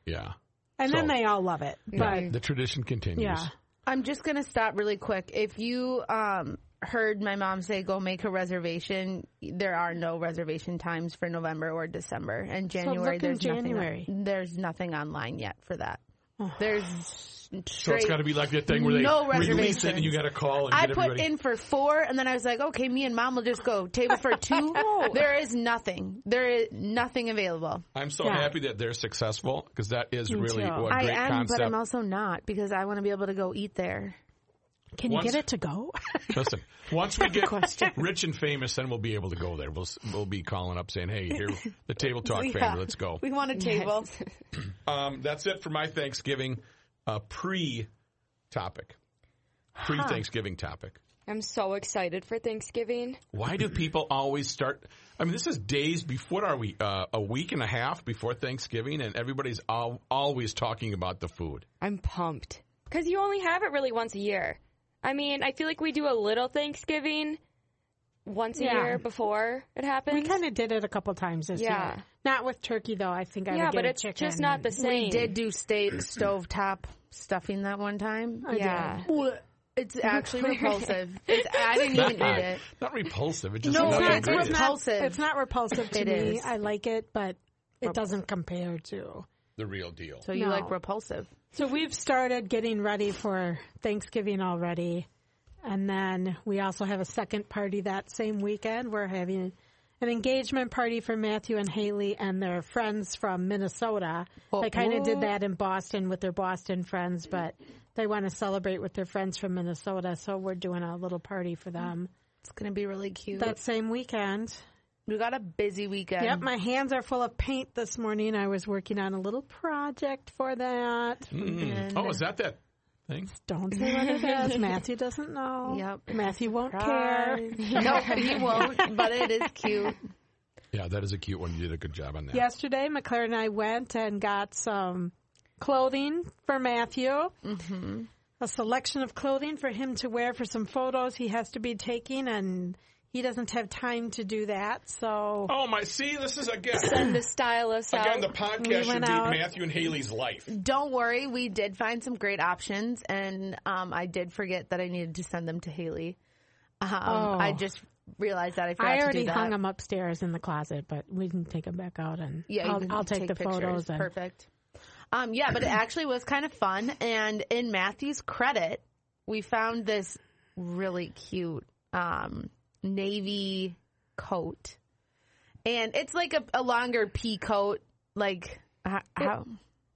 Yeah.
and then
So-
they all love it. But
The tradition continues.
yeah,
I'm just gonna stop really quick. If you um heard my mom say go make a reservation, there are no reservation times for November or December and January.
look in
there's
January.
nothing. There's nothing online yet for that. There's
So it's got to be like that thing where they
No
release it and
reservations.
you got to call and
I
get
put
everybody.
in for four, and then I was like, okay, me and mom will just go table for two. There is nothing. There is nothing available.
I'm so
Yeah.
happy that they're successful because that is really
too.
what a
I
great
am,
concept.
but I'm also not because I want to be able to go eat there.
can you
Once-
get it to go?
Listen, once we get rich and famous, then we'll be able to go there. We'll s- we'll be calling up saying, "Hey, here the table talk family, let's go."
We want a table.
Um, that's it for my Thanksgiving uh, pre topic, pre Thanksgiving topic.
I'm so excited for Thanksgiving.
Why do people always start? I mean, this is days before. What are we? Uh, a week and a half before Thanksgiving, and everybody's al- always talking about the food.
I'm pumped. Because you only have it really once a year. I mean, I feel like we do a little Thanksgiving once a
Yeah.
year before it happens.
We kind of did it a couple times this
Yeah.
year. Not with turkey though. I think I
yeah,
would get
but
a
it's
chicken.
just not the same.
We did do sta- stove top stuffing that one time.
Yeah.
Blech. It's actually repulsive. It's, I didn't even eat it.
Not repulsive. It just
No,
not
it's
that
not.
good.
It's not- repulsive.
It's not repulsive to
It
me.
is.
I like it, but it doesn't compare to.
the real deal.
So you
No.
like repulsive?
So we've started getting ready for Thanksgiving already. And then we also have a second party that same weekend. We're having an engagement party for Matthew and Haley and their friends from Minnesota. they kind of did that in Boston with their Boston friends, but they want to celebrate with their friends from Minnesota. So we're doing a little party for them
It's gonna be really cute.
that same weekend.
we got a busy weekend.
Yep, my hands are full of paint this morning. I was working on a little project for that.
And-
Oh, is that that thing?
Don't say what it is. Matthew doesn't know.
Yep.
Matthew won't care.
no, you won't. But it is cute.
Yeah, that is a cute one. You did a good job on that.
Yesterday, McClure and I went and got some clothing for Matthew.
Mm-hmm.
A selection of clothing for him to wear for some photos he has to be taking, and he doesn't have time to do that. So
Oh my! See, this is again
Send the stylist
again
out.
the
we
podcast should
went
be
out.
Matthew and Haley's life.
Don't worry, we did find some great options, and um, I did forget that I needed to send them to Haley. Um,
Oh.
I just realized that I forgot
I
to do
already
that.
hung them upstairs in the closet, but we can take them back out and
Yeah, you
I'll,
can
I'll take, the
pictures.
photos. And,
Perfect. Um, yeah, but it actually was kind of fun. And in Matthew's credit, we found this really cute um, navy coat, and it's like a, a longer pea coat. Like h- how?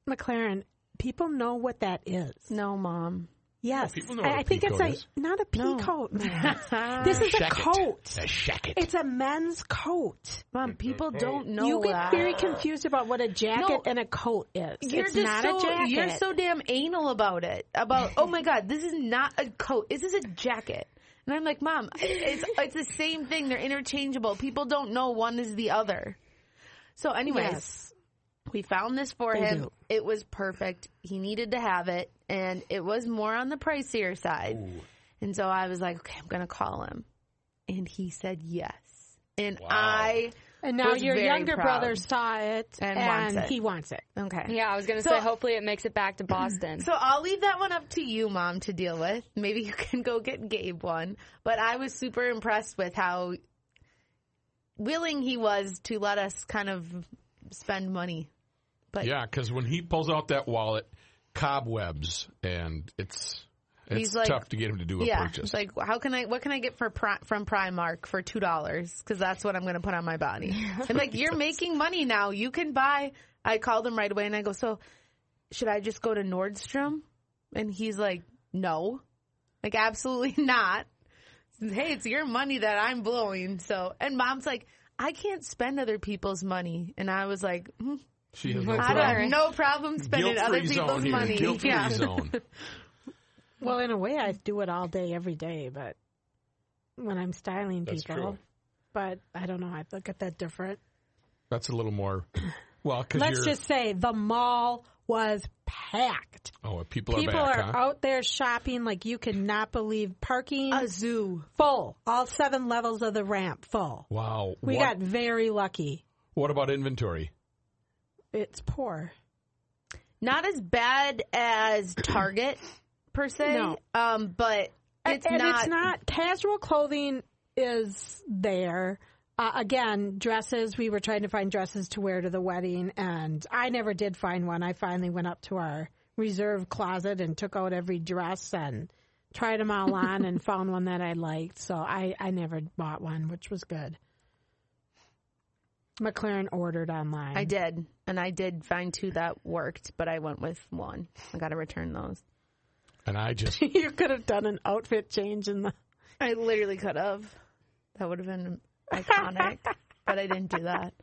McLaren, people know what that is.
No, mom.
Yes,
people know
I,
what a
I think it's
peacoat
a
is.
not a peacoat. man. this is a
Shacket.
coat.
A shacket.
It's a men's coat.
Mom, people don't know
you get
that.
very confused about what a jacket
No.
and a coat is.
You're
it's
just
not
so
a jacket.
you're so damn anal about it. About oh my god, this is not a coat. This is a jacket. And I'm like, mom, it's it's the same thing. They're interchangeable. People don't know one is the other. So, anyways,
yes.
we found this for
They
him.
do.
It was perfect. He needed to have it, and it was more on the pricier side. And so I was like, okay, I'm gonna call him, and he said yes. And I
And now
was
your
very
younger
proud.
brother saw it
And wants it.
he wants it.
okay,
Yeah, I was gonna
So-
say. Hopefully, it makes it back to Boston.
So I'll leave that one up to you, mom, to deal with. Maybe you can go get Gabe one. But I was super impressed with how willing he was to let us kind of spend money.
Yeah, because when he pulls out that wallet, cobwebs, and it's it's
He's like-
tough to get him to do a
yeah,
purchase.
it's like how can I? What can I get for pri- from Primark for two dollars? Because that's what I'm going to put on my body. I'm like, you're making money now. You can buy. I called him right away and I go, so should I just go to Nordstrom? And he's like, no, like absolutely not. Hey, it's your money that I'm blowing. So, and mom's like, I can't spend other people's money. And I was like, hmm,
she has no
I don't
problem.
have no problem spending other
Guilt-free
people's
zone here.
money.
Guilt-free
yeah.
zone.
Well, in a way, I do it all day, every day, but when I'm styling
That's
people.
true.
But I don't know. I look at that different.
That's a little more. Well, because
Let's
you're,
just say the mall was packed.
oh, people,
People
are back.
are
huh?
out there shopping like you could not believe. Parking
A zoo.
full. All seven levels of the ramp full.
Wow.
We
what,
got very lucky.
what about inventory?
It's poor.
not as bad as Target per se,
No.
um, but it's
and
not.
it's not casual clothing is there. Uh, again, dresses. We were trying to find dresses to wear to the wedding, and I never did find one. I finally went up to our reserve closet and took out every dress and tried them all on and found one that I liked. So I, I never bought one, which was good. McLaren ordered online.
I did, and I did find two that worked, but I went with one. I got to return those.
And I just
you could have done an outfit change in the.
I literally could have. That would have been iconic, but I didn't do that.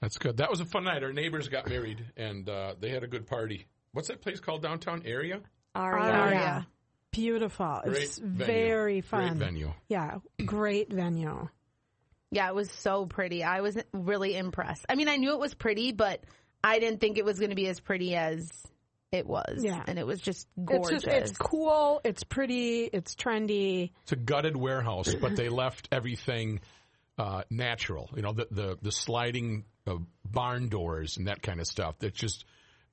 that's good. That was a fun night. Our neighbors got married, and uh, they had a good party. What's that place called downtown area?
E
Aria.
yeah.
Beautiful.
Great
it's
venue.
very fun.
Great venue.
Yeah, great venue.
Yeah, it was so pretty. I was really impressed. I mean, I knew it was pretty, but I didn't think it was going to be as pretty as it was.
Yeah.
and it was just gorgeous.
It's just it's cool, it's pretty, it's trendy.
It's a gutted warehouse, but they left everything uh, natural. You know, the the, the sliding uh, barn doors and that kind of stuff. That's just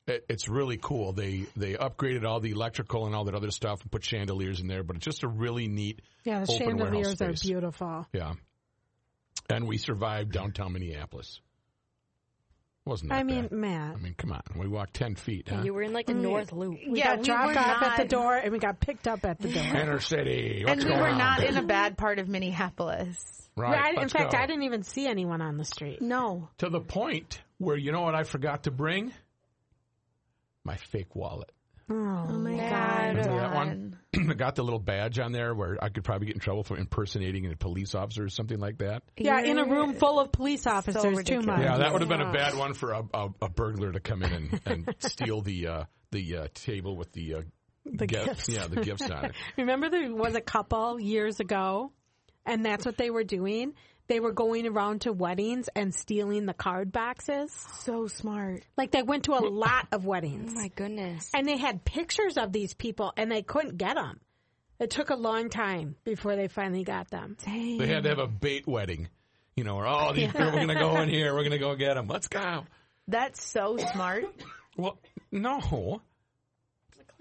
it, it's really cool. They they upgraded all the electrical and all that other stuff and put chandeliers in there. But it's just a really neat
Yeah, the
Open warehouse
chandeliers are
space.
beautiful.
yeah. And we survived downtown Minneapolis. Wasn't that
I mean,
bad. Mm.
Matt,
I mean, come on, we walked ten feet, huh?
You were in like
Mm.
the North Loop.
we
yeah,
got
we
dropped
were
off at the
not-
door and we got picked up at the door.
Inner city.
and
What's
we
going
were
on?
not in a bad part of Minneapolis.
Right,
Yeah, I, in
let's
fact,
go.
I didn't even see anyone on the street.
No,
to the point where you know what I forgot to bring? My fake wallet.
Oh,
my
God.
Remember that one? I got the little badge on there where I could probably get in trouble for impersonating a police officer or something like that.
Yeah, in a room full of police officers, too
ridiculous.
much.
Yeah, that would have been a bad one for a, a, a burglar to come in and, and steal the uh, the uh, table with the, uh,
The
gift-
gifts.
Yeah, the gifts on it.
Remember, there was a couple years ago, and that's what they were doing. they were going around to weddings and stealing the card boxes.
So smart.
Like they went to a lot of weddings.
Oh my goodness.
and they had pictures of these people and they couldn't get them. It took a long time before they finally got them.
They had to have a bait wedding, you know, or oh, these, we're going to go in here, we're going to go get them. Let's go.
That's so smart.
Well, no,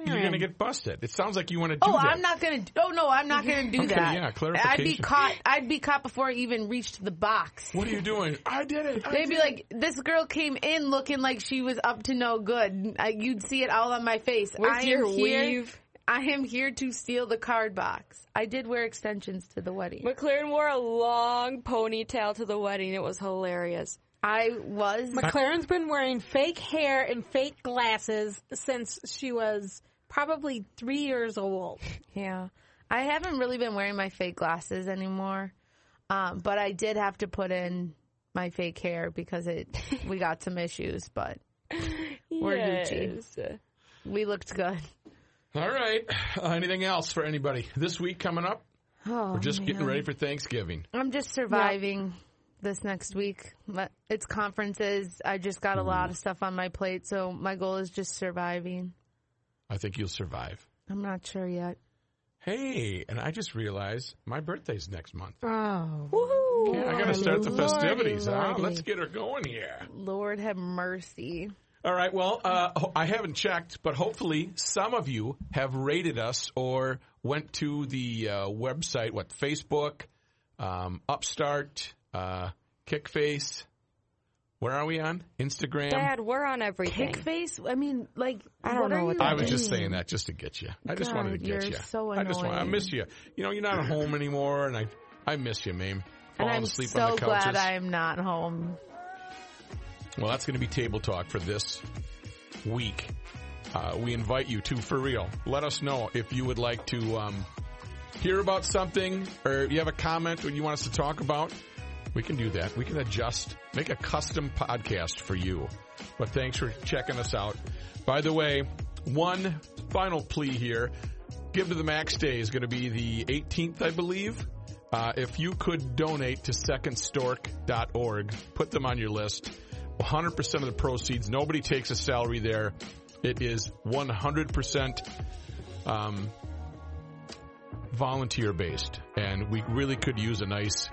you're going to get busted. It sounds like you want to do
Oh,
that.
I'm not gonna. Oh no, I'm not gonna do
Okay,
that.
yeah,
I'd be
clarification.
caught. I'd be caught before I even reached the box.
What are you doing? I did it. I
They'd
did
be
it.
like, "This girl came in looking like she was up to no good." I, you'd see it all on my face.
With
I
your
am here,
weave.
I am here to steal the card box. I did wear extensions to the wedding.
McLaren wore a long ponytail to the wedding. It was hilarious.
I was.
McLaren's been wearing fake hair and fake glasses since she was probably three years old.
Yeah. I haven't really been wearing my fake glasses anymore. Um, but I did have to put in my fake hair because it we got some issues, but We're Gucci. we looked good.
All right. Uh, anything else for anybody this week coming up?
Oh,
We're just getting ready for Thanksgiving.
I'm just surviving this next week. But It's conferences. I just got a
Mm-hmm.
lot of stuff on my plate, so my goal is just surviving.
I think you'll survive.
I'm not sure yet.
Hey, and I just realized my birthday's next month.
Oh.
Woohoo.
I got to start the
Lordy,
festivities. huh?
lordy.
Let's get her going here.
Lord have mercy.
All right. Well, uh, ho- I haven't checked, but hopefully some of you have rated us or went to the uh, website, what, Facebook, um, Upstart, uh, Kickface. Where are we on? Instagram?
Dad, we're on everything.
Kick face? I mean, like, I
don't
what
know
are
what
you
that
I was just
doing?
saying that just to get you. I just
God,
wanted to get
you're
you.
so
I just want, I
annoying.
miss you. You know, you're not at home anymore, and I, I miss you, Mame.
And
Falling
I'm
asleep
so
on the couches.
glad I am not home.
Well, that's going to be table talk for this week. Uh, we invite you to, for real, let us know if you would like to um, hear about something or you have a comment or you want us to talk about. We can do that. We can adjust, make a custom podcast for you. But thanks for checking us out. By the way, one final plea here. Give to the Max Day is going to be the 18th, I believe. Uh, if you could donate to secondstork.org, put them on your list. 100% of the proceeds, nobody takes a salary there. It is 100% um, volunteer based, and we really could use a nice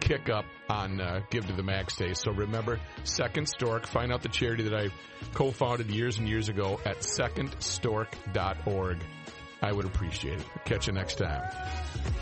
kick up on uh, Give to the Max Day. So remember, Second Stork, find out the charity that I co founded years and years ago at secondstork.org. I would appreciate it. Catch you next time.